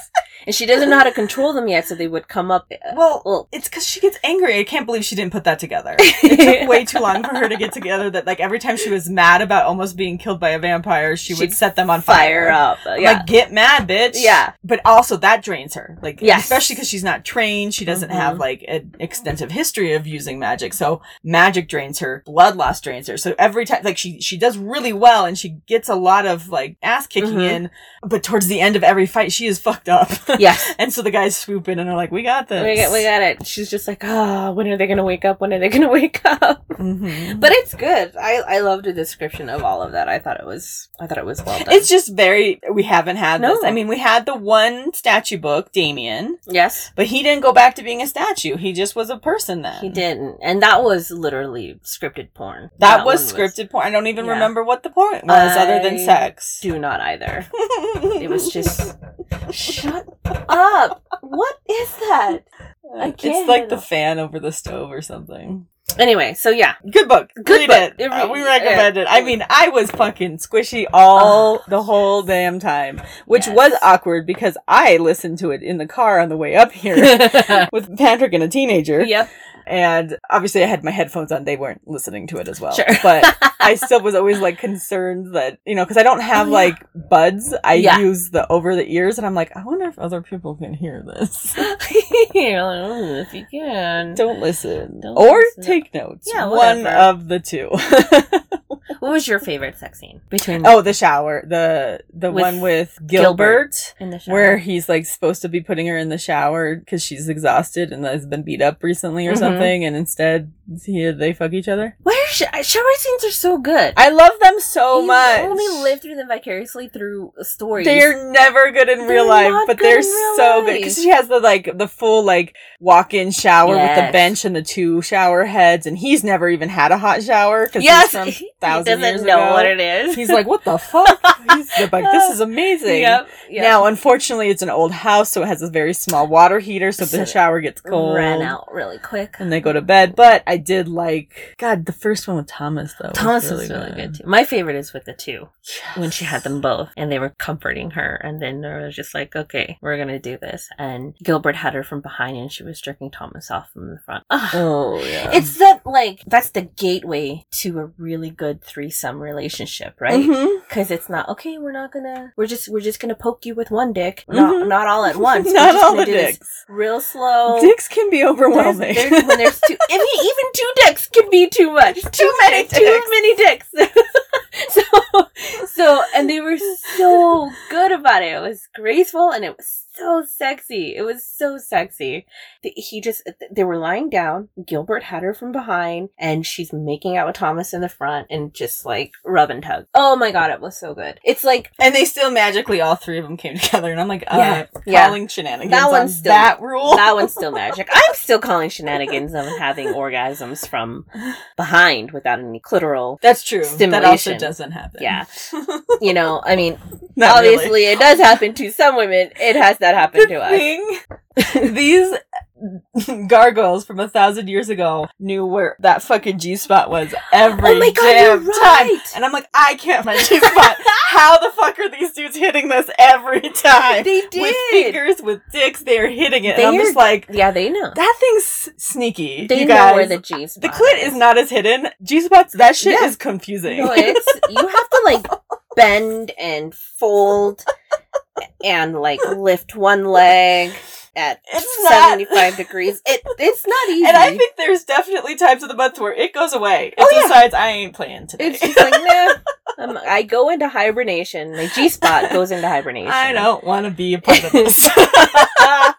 And she doesn't know how to control them yet, so they would come up. uh,
well
Well,
it's because she gets angry i can't believe she didn't put that together it took way too long for her to get together that like every time she was mad about almost being killed by a vampire she would
She'd
set them on
fire
fire,
up. Yeah.
Like get mad, bitch.
Yeah.
but also that drains her. Like,
Yes.
especially because she's not trained. She doesn't
Mhm.
have like an extensive history of using magic, so magic drains her. Blood loss drains her. So every time, like she she does really well, and she gets a lot of like ass kicking
Mhm.
in. But towards the end of every fight, she is fucked up.
yes.
and so the guys swoop in and are like, "We got this."
We got, we got it. She's just like, ah, when are they going to wake up? When are they going to wake up?
Mhm.
But it's good. I, I loved the description of all of that. I thought it was, I thought it was well done.
It's just very. We haven't had
No.
this. I mean, we had the one statue book, Damien,
yes.
but he didn't go back to being a statue. He just was a person then.
He didn't. And that was literally scripted porn.
That, was
one
scripted porn. I don't even
yeah.
remember what the porn was other than
I
sex.
Do not either.
it
It was just, shut up. What is that? I can't
It's like the
handle-
fan over the stove or something.
Anyway, so yeah.
Good book. Read
Good book.
it.
It
Uh,
re-
we recommend it. I mean, I was fucking squishy all the whole damn time, which
Oh. Yes.
was awkward because I listened to it in the car on the way up here with Patrick and a teenager.
yep.
And obviously, I had my headphones on. They weren't listening to it as well.
Sure.
But I still was always like concerned that, you know, because I don't have
Oh, yeah.
like buds. I
Yeah.
use the over the ears. And I'm like, I wonder if other people can hear this.
You're like, "Ooh, if you can.
don't listen.
Don't
or
listen.
take notes.
Yeah,
One
whatever.
of the two.
What was your favorite sex scene between
oh, the shower. The the
With
one with
Gilbert.
Gilbert.
in the shower?
where he's like supposed to be putting her in the shower because she's exhausted and has been beat up recently or
Mhm.
something, and instead he, they fuck each other.
where sh- shower scenes are so good.
I love them so
You
much.
Only live through them vicariously through stories.
They're never good in
They're
real life,
not
but
good
they're
in real
so good
life.
because she has the like the full like walk-in shower with
Yes.
the bench and the two shower heads, and he's never even had a hot shower because
yes,
from
he
thousand
doesn't
years
know
ago.
what it is.
He's like, what the fuck? He's like, this is amazing.
yep, yep.
Now, unfortunately, it's an old house, so it has a very small water heater, so
So
the shower gets cold.
ran out really quick.
And they go to bed, but I did like God. The first one with Thomas though. was
Thomas is really good too. My favorite is with the two when she had
Yes.
them both and they were comforting her. And then they were just like, okay, we're going to do this. And Gilbert had her from behind and she was jerking Thomas off from the front. Ah,
Oh yeah.
It's that, like, that's the gateway to a really good threesome relationship, right?
Mhm.
Because it's not, okay, we're not going to, we're just, we're just going to poke you with one dick, not,
Mhm.
not all at once. We're
Not
just
all the
gonna do this
dicks.
Real slow.
Dicks can be
There's-
overwhelming.
there's- when there's two, I mean, even two dicks can be too much. Too, many,
many
too many dicks. so, so, and they were so good about it. It was graceful and it was so sexy. It was so sexy. Th- He just, th- they were lying down. Gilbert had her from behind, and she's making out with Thomas in the front and just like rub and tug. Oh my god, it was so good. It's like,
And they still magically, all three of them came together. And I'm like, all
Yeah,
right,
yeah.
calling shenanigans
That
that on
one's still-
that rule.
that one's still magic. I'm still calling shenanigans of having orgasms from behind without any clitoral.
That's true. That also
Stimulation.
doesn't happen.
Yeah. You know, I mean,
Not really.
obviously it does happen to some women. It has not happened to us.
thing- these gargoyles from a thousand years ago knew where that fucking G spot was every
Oh my God,
damn
you're
time.
right.
And I'm like, I can't find G spot. How the fuck are these dudes hitting this every time?
They
With
did.
fingers, with dicks, they are hitting it.
They
and I'm just like,
Yeah, they know.
that thing's sneaky.
They
you
know
guys.
where the G
the clit is not as hidden. G spots, that shit
Yeah.
is confusing.
No, it's you have to like bend and fold and like lift one leg at
It's not-
seventy five degrees. It it's not easy.
and I think there's definitely times of the month where it goes away. It
Oh, yeah.
decides I ain't playing today.
it's just like nah. I'm- i go into hibernation. My G spot goes into hibernation.
I don't want to be a part of this.
Oh,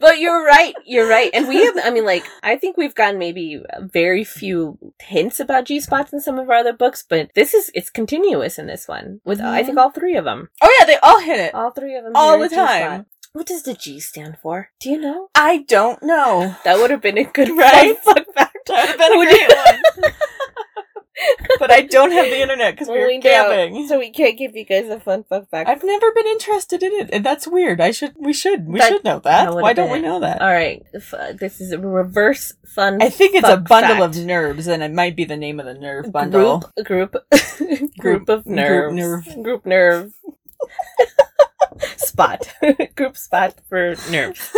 but you're right. You're right. And we have, I mean, like, I think we've gotten maybe very few hints about G spots in some of our other books, but this is, it's continuous in this one with, I think, all three of them.
oh yeah, they all hit it.
Mm-hmm. All three of them.
All
here are
the
G-spot.
time.
What does the G stand for? Do you know?
I don't know.
That would have been a good
Right?
fun fuck fact.
That would have been a
Would
great one. but I don't have the internet because we were
We
camping.
So we can't give you guys a fun fuck fact.
I've never been interested in it, and that's weird. I should, we should, we
That-
should know that.
that would
Why
have
don't we
been-
know that?
All right. F- this is a reverse fun
I think it's a
fuck
bundle
fact.
of nerves, and it might be the name of the nerve bundle.
Group, group,
Group-
group of
group
nerves.
nerve.
Group nerve. spot. group spot for nerves.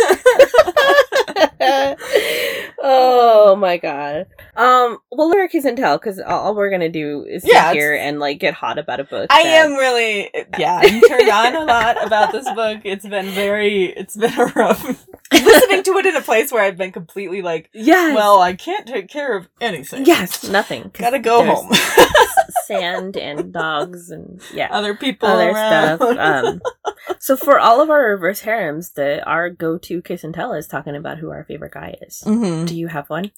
oh my god. Um. Well, lyric isn't tell because all, all we're gonna do is sit
Yeah, it's-
here and like get hot about a book.
I
that-
am really, yeah, I'm turned on a lot about this book. It's been very, it's been a rough listening to it in a place where I've been completely like,
Yes.
well, I can't take care of anything.
Yes. Nothing. 'cause
Gotta go
there's
home.
sand and dogs and yeah.
Other people
other
around.
stuff. Um, so for all of our reverse harems, the our go to kiss and tell is talking about who our favorite guy is.
Mhm.
Do you have one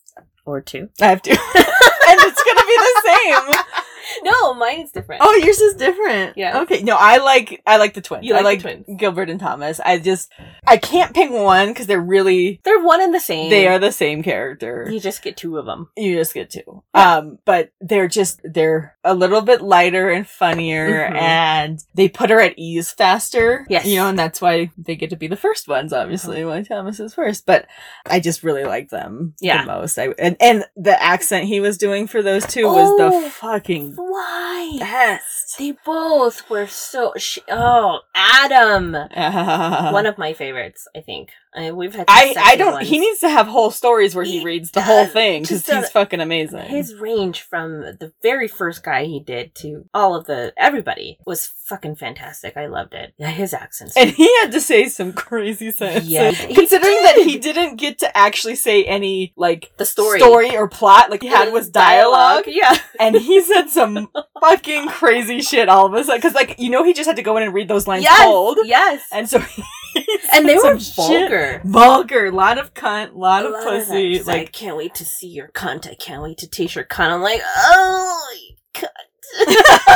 or two?
I have to. and it's gonna be the same.
No, mine is different.
Oh, yours is different.
Yeah.
Okay. No, I like I like the twins.
You
I
like
like
the twins.
Gilbert and Thomas. I just I can't pick one because they're really
they're one and the same.
they are the same character.
You just get two of them.
You just get two. Um, but they're just they're a little bit lighter and funnier
Mhm.
and they put her at ease faster.
Yes. Uh-huh.
You know, and that's why they get to be the first ones, obviously, why Thomas is first. But I just really like them
Yeah.
the most. I and, and the accent he was doing for those two was
Oh.
the fucking
Why?
best.
They both were so. Sh- oh, Adam, one of my favorites. I think I, we've had. some
I, I
sexy
don't.
ones.
He needs to have whole stories where he,
He
reads the whole
does.
thing because
Just a-
he's fucking amazing.
His range from the very first guy he did to all of the everybody was fucking fantastic. I loved it. Yeah, His accents.
and he had to say some crazy sentences.
Yeah, he
Considering
did.
that he didn't get to actually say any like
the story.
or plot, like he had was dialogue,
Yeah.
and he said some fucking crazy shit all of a sudden because like you know he just had to go in and read those lines
yes.
cold,
Yes. And,
and so he
they
said
were
some shit.
vulgar.
vulgar, lot of cunt, lot of
A lot of
pussy,
times, I
like
can't wait to see your cunt. I can't wait to taste your cunt. I'm like, oh, cunt.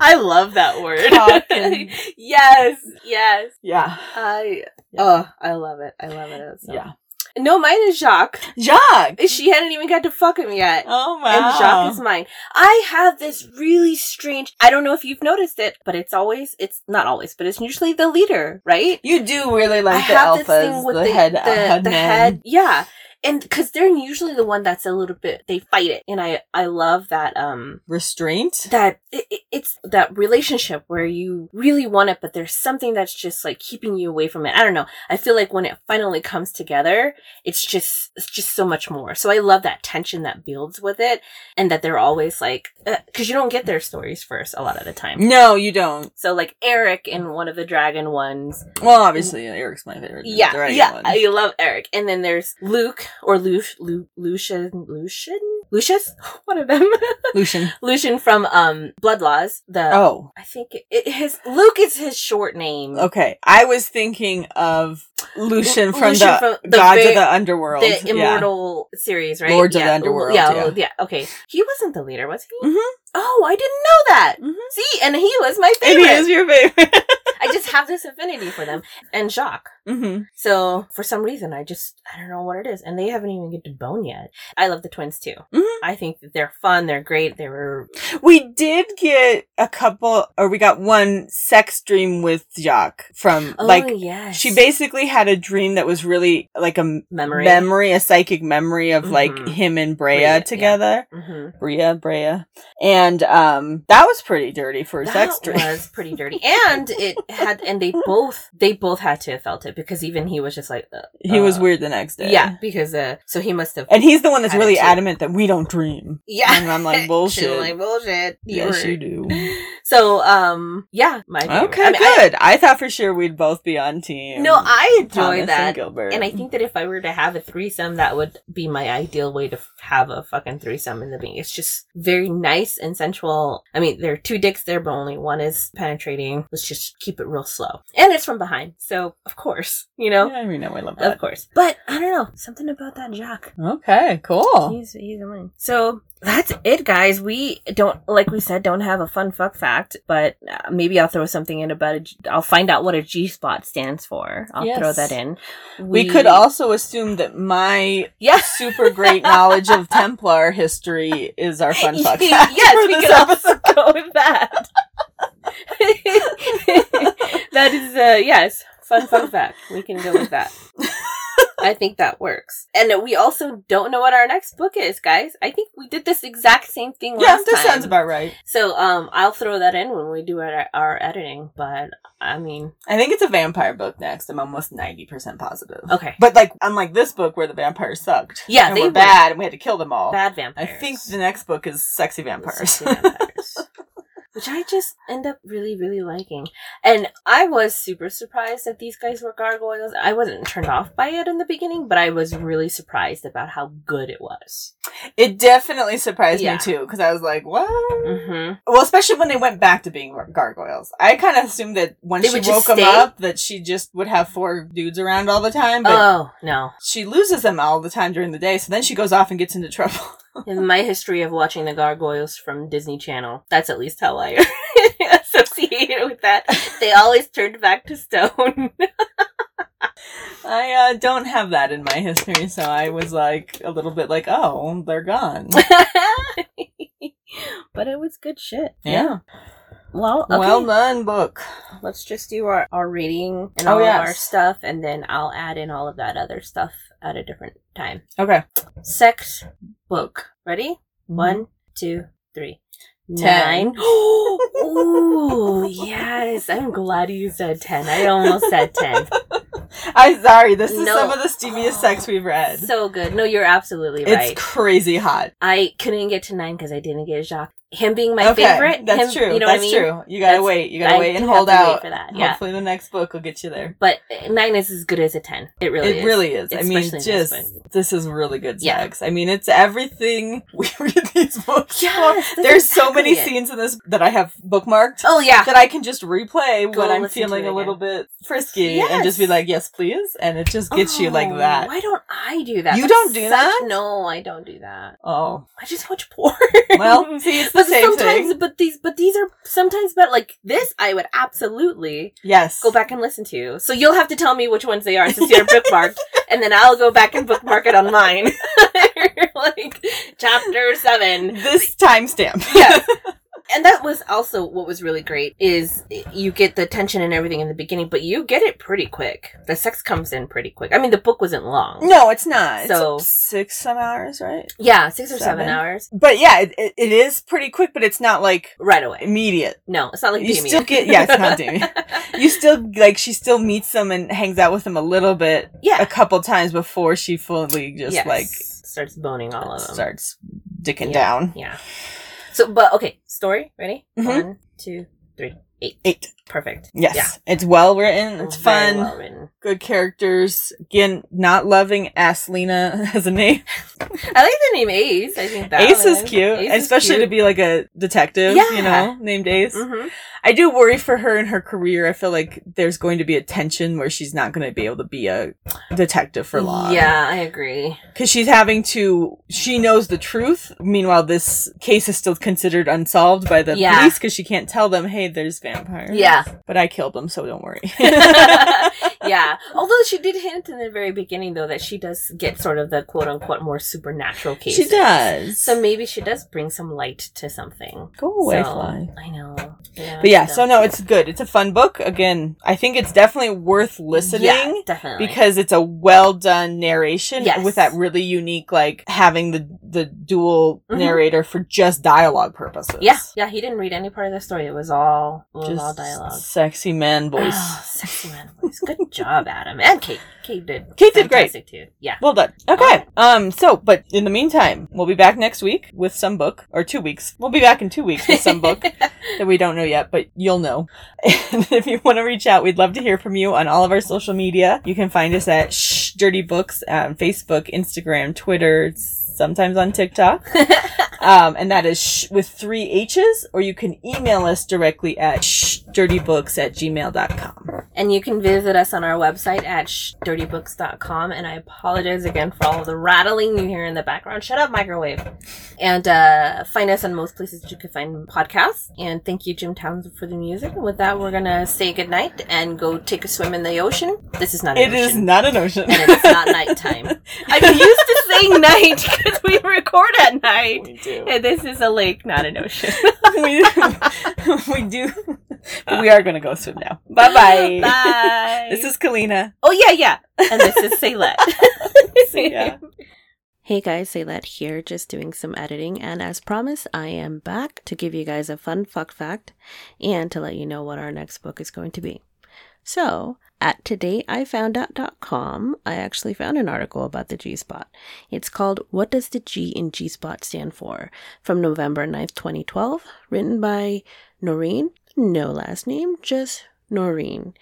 I love that word.
Cock and-
yes, yes.
yeah,
I oh, I love it. I love it. That's so-
yeah,
No, mine is Jacques.
Jacques.
She hadn't even got to fuck him yet.
Oh wow,
And Jacques is mine. I have this really strange. I don't know if you've noticed it, but it's always, it's not always, but it's usually the leader, right?
you do really like
I
the
have
alphas,
this thing with
the, head,
the,
head
the
men.
head- yeah. And because they're usually the one that's a little bit, they fight it, and I I love that um
restraint.
that it, it- it's that relationship where you really want it, but there's something that's just like keeping you away from it. I don't know. I feel like when it finally comes together, it's just it's just so much more. So I love that tension that builds with it, and that they're always like because you don't get their stories first a lot of the time.
No, you don't.
So like Eric and one of the dragon ones,
Well, obviously uh, Eric's my favorite.
yeah,
the right
yeah,
one.
I love Eric. And then there's Luke or Lush, Lu, Lucian, Lucian, Lucius, one of them,
Lucian.
Lucian from um Blood Laws. The
Oh,
I think it, his Luke is his short name.
okay. I was thinking of Lucian
Lu-
from
Lucian
the
from the
Gods
ve-
of the Underworld.
The
Yeah.
Immortal series, right?
Lords of
yeah.
the Underworld,
Yeah,
yeah.
yeah, Okay, he wasn't the leader, was he?
Mhm.
Oh, I didn't know that.
Mhm.
See, and he was my
And
favorite.
he is your favorite.
I just have this affinity for them and Jacques.
hmm
Mm-hmm. So for some reason, I just I don't know what it is, and they haven't even get to bone yet. I love the twins too.
Mhm.
I think that they're fun. They're great. They were
We did get a couple, or we got one sex dream with Jacques from
oh,
like
yes.
she basically had a dream that was really like a m-
memory.
a psychic memory of like
Mhm.
him and Brea
Brea, yeah.
together.
Mhm.
Brea, Brea, and um, that was pretty dirty for a sex
That
dream.
was pretty dirty, and it had, and they both, they both had to have felt it because even he was just like, uh,
he was
uh,
weird the next day.
Yeah, because uh, so he must have.
and he's the one that's really
Attitude.
adamant that we don't dream.
yeah,
And I'm like,
She's
bullshit.
like bullshit. You
yes,
were-
you do.
So, um, yeah, my favorite.
Okay,
I mean, I-
good. I, thought for sure we'd both be on team.
no, I
Thomas
enjoy that.
And, Gilbert.
And I think that if I were to have a threesome, that would be my ideal way to f- have a fucking threesome in the beginning. It's just very nice and sensual. I mean, there are two dicks there, but only one is penetrating. Let's just keep it real slow. And it's from behind. So, of course, you know,
Yeah, we know I love
of
that.
course. But I don't know, something about that Jacques.
Okay, cool.
He's, he's a win. So that's it, guys. We don't, like we said, don't have a fun fuck fact, but uh, maybe I'll throw something in about a. G- I'll find out what a G spot stands for. I'll
Yes.
throw that in.
We could also assume that my
Yeah.
super great knowledge of Templar history is our fun fact.
yes,
for
we
this
could also
episode.
go with that. that is, uh, yes, fun fun fact. We can go with that. I think that works. And we also don't know what our next book is, guys. I think we did this exact same thing last
Yeah,
time.
this sounds about right.
So um, I'll throw that in when we do our, our editing. But I mean,
I think it's a vampire book next. I'm almost 90% positive.
okay,
But like, unlike this book where the vampires sucked.
Yeah,
and
they
were
were.
bad and we had to kill them all.
bad
Oh, I
vampires.
think the next book is Sexy Vampires.
Sexy vampires. Which I just end up really, really liking. And I was super surprised that these guys were gargoyles. I wasn't turned off by it in the beginning, but I was really surprised about how good it was.
it definitely surprised
Yeah.
me too because I was like, what?
Mm-hmm.
Well, especially when they went back to being gar- gargoyles. I kind of assumed that when
They
she
would just
woke them
stay?
up, that she just would have four dudes around all the time, but
Oh, no.
she loses them all the time during the day, so then she goes off and gets into trouble.
In my history of watching the gargoyles from Disney Channel, that's at least how I associated with that. They always turned back to stone.
I uh, don't have that in my history, so I was like a little bit like, oh, they're gone.
but it was good shit.
Yeah.
Well, okay.
Well done, book.
let's just do our, our rating and
Oh,
all
yes.
of our stuff, and then I'll add in all of that other stuff at a different time.
Okay.
Sex book. Ready? One, two, three.
Mm-hmm. Ten.
Nine. Ooh, yes. I'm glad you said 10. I almost said 10.
I'm sorry, this is
No.
some of the steamiest sex we've read.
So good. No, you're absolutely
it's
right.
crazy hot.
I couldn't get to nine because I didn't get Jacques. Him being my
Okay,
favorite.
That's
him-
true.
You know
that's
what I mean?
true. You gotta
That's-
wait. You gotta
I
wait and
do have
hold
to wait
out.
for that. Yeah.
Hopefully, the next book will get you there.
But nine is as good as a 10. It really
it
is.
really is. I mean,
Especially this
just
one.
this is really good
Yeah.
sex. I mean, it's everything we read these books. for.
Yes, that's
There's so
exactly
many
it.
scenes in this that I have bookmarked.
Oh yeah.
that I can just replay
Go
when I'm
listen to
feeling
it
a little bit frisky and just be
Yes.
like, yes, please. And it just gets you like
Oh,
that.
Why don't I do that?
You
That's
don't do
such-
that?
No, I don't do that.
Oh,
I just watch porn.
well, see, it's the
but
same
sometimes,
thing.
but these, but these are sometimes better. Like this, I would absolutely
Yes.
go back and listen to. So you'll have to tell me which ones they are since you're bookmarked, and then I'll go back and bookmark it on mine. like chapter seven.
This timestamp.
yeah. And that was also what was really great is you get the tension and everything in the beginning, but you get it pretty quick. The sex comes in pretty quick. I mean, the book wasn't long.
No, it's not.
So-
it's six some hours, right?
Yeah, six or
Seven.
seven, hours
But yeah, it, it, it is pretty quick, but it's not like
right away.
immediate.
No, it's not like
you
Damien.
still get yeah, it's not Damien. You still like she still meets them and hangs out with them a little bit, a
yeah,
couple times before she fully just
Yes.
like
starts boning all of them.
starts dicking
Yeah.
down.
Yeah. So, but okay, story ready?
Mhm.
One, two, three, eight.
Eight.
Perfect.
Yes, it's well written. It's
Very
fun.
well written.
Good characters. Again, not loving Aslina as a name.
I like the name Ace. I think that
Ace is
one.
cute,
Ace is
especially to
cute.
be like a detective,
Yeah.
you know, named Ace.
Mm-hmm.
Mhm.
I do worry for her in her career. I feel like there's going to be a tension where she's not going to be able to be a detective for long.
Yeah, I agree.
Because she's having to, she knows the truth. Meanwhile, this case is still considered unsolved by the
Yeah.
police because she can't tell them, hey, there's vampires.
Yeah.
But I killed them, so don't worry.
yeah. Although she did hint in the very beginning, though, that she does get sort of the quote unquote more supernatural case.
she does.
So maybe she does bring some light to something.
Go away,
So,
Oh,
uh,
fly.
I know.
But yeah, so no, it's good. It's a fun book. Again, I think it's definitely worth listening.
Yeah, definitely.
because it's a well done narration
Yes.
with that really unique like having the the dual
Mhm.
narrator for just dialogue purposes.
yeah, yeah, he didn't read any part of the story. It was all it was all
Just
dialogue.
sexy man voice.
Oh, sexy man voice. Good job, Adam and Kate. Kate did.
Kate did great.
fantastic Too. Yeah.
Well done. Okay.
Alright.
Um so but in the meantime, we'll be back next week with some book or 2 weeks. We'll be back in 2 weeks with some book that we don't know yet, but you'll know. And if you want to reach out, we'd love to hear from you on all of our social media. You can find us at Shh Dirty Books on Facebook, Instagram, Twitter, sometimes on TikTok. Um, and that is sh- with three H's, or you can email us directly at shdirtybooks at gmail.com.
and you can visit us on our website at dirtybooks.com. And I apologize again for all the rattling you hear in the background. Shut up, microwave. And uh, find us on most places you can find podcasts. And thank you, Jim Townsend, for the music. And with that, we're going to say goodnight and go take a swim in the ocean. This is not an
It
ocean.
is not an ocean.
and it's not nighttime. I'm used to saying night because we record at night.
we do.
And this is a lake, not an ocean.
we, we do. But we are going to go swim now. Bye-bye.
Bye.
This is Kalina.
oh yeah, yeah. And this is Ceylette.
See ya.
Hey guys, Saylet here, just doing some editing, and as promised, I am back to give you guys a fun fuck fact and to let you know what our next book is going to be. So, at todayifoundout.com, I actually found an article about the G spot. It's called What Does the G in G spot Stand For? from November 9th, 2012, written by Noreen, no last name, just Noreen.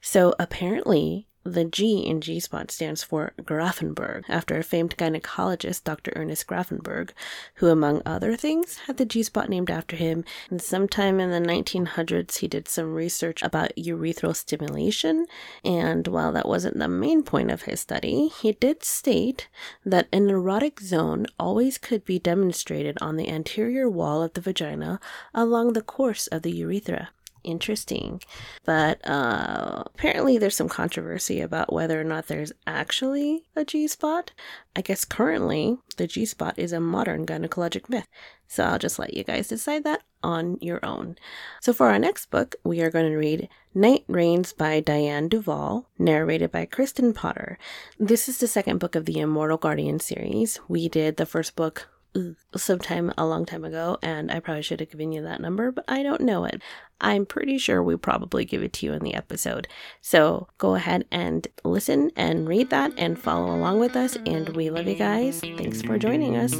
So apparently, the G in G spot stands for Grafenberg, after a famed gynecologist, Dr. Ernest Grafenberg, who, among other things, had the G spot named after him. And sometime in the 1900s, he did some research about urethral stimulation. And while that wasn't the main point of his study, he did state that an erotic zone always could be demonstrated on the anterior wall of the vagina along the course of the urethra. Interesting but uh, apparently there's some controversy about whether or not there's actually a G spot. I guess currently the G spot is a modern gynecologic myth, so I'll just let you guys decide that on your own. So for our next book, we are going to read Night Rains by Diane Duval, narrated by Kristen Potter. This is the second book of the Immortal Guardian series. We did the first book. ugh, Sometime a long time ago, and I probably should have given you that number, but I don't know it. I'm pretty sure we probably give it to you in the episode. So go ahead and listen and read that and follow along with us. And we love you guys. Thanks for joining us.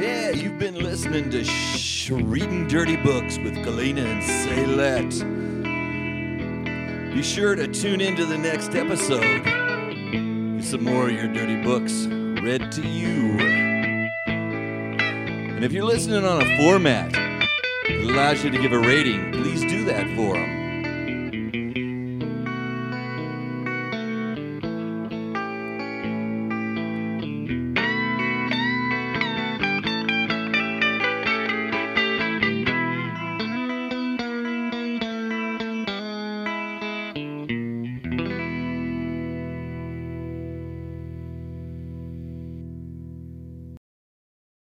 Yeah, you've been listening to Shh Reading Dirty Books with Galena and Saylet. Be sure to tune into the next episode. Get some more of your dirty books read to you. And if you're listening on a format that allows you to give a rating, please do that for them.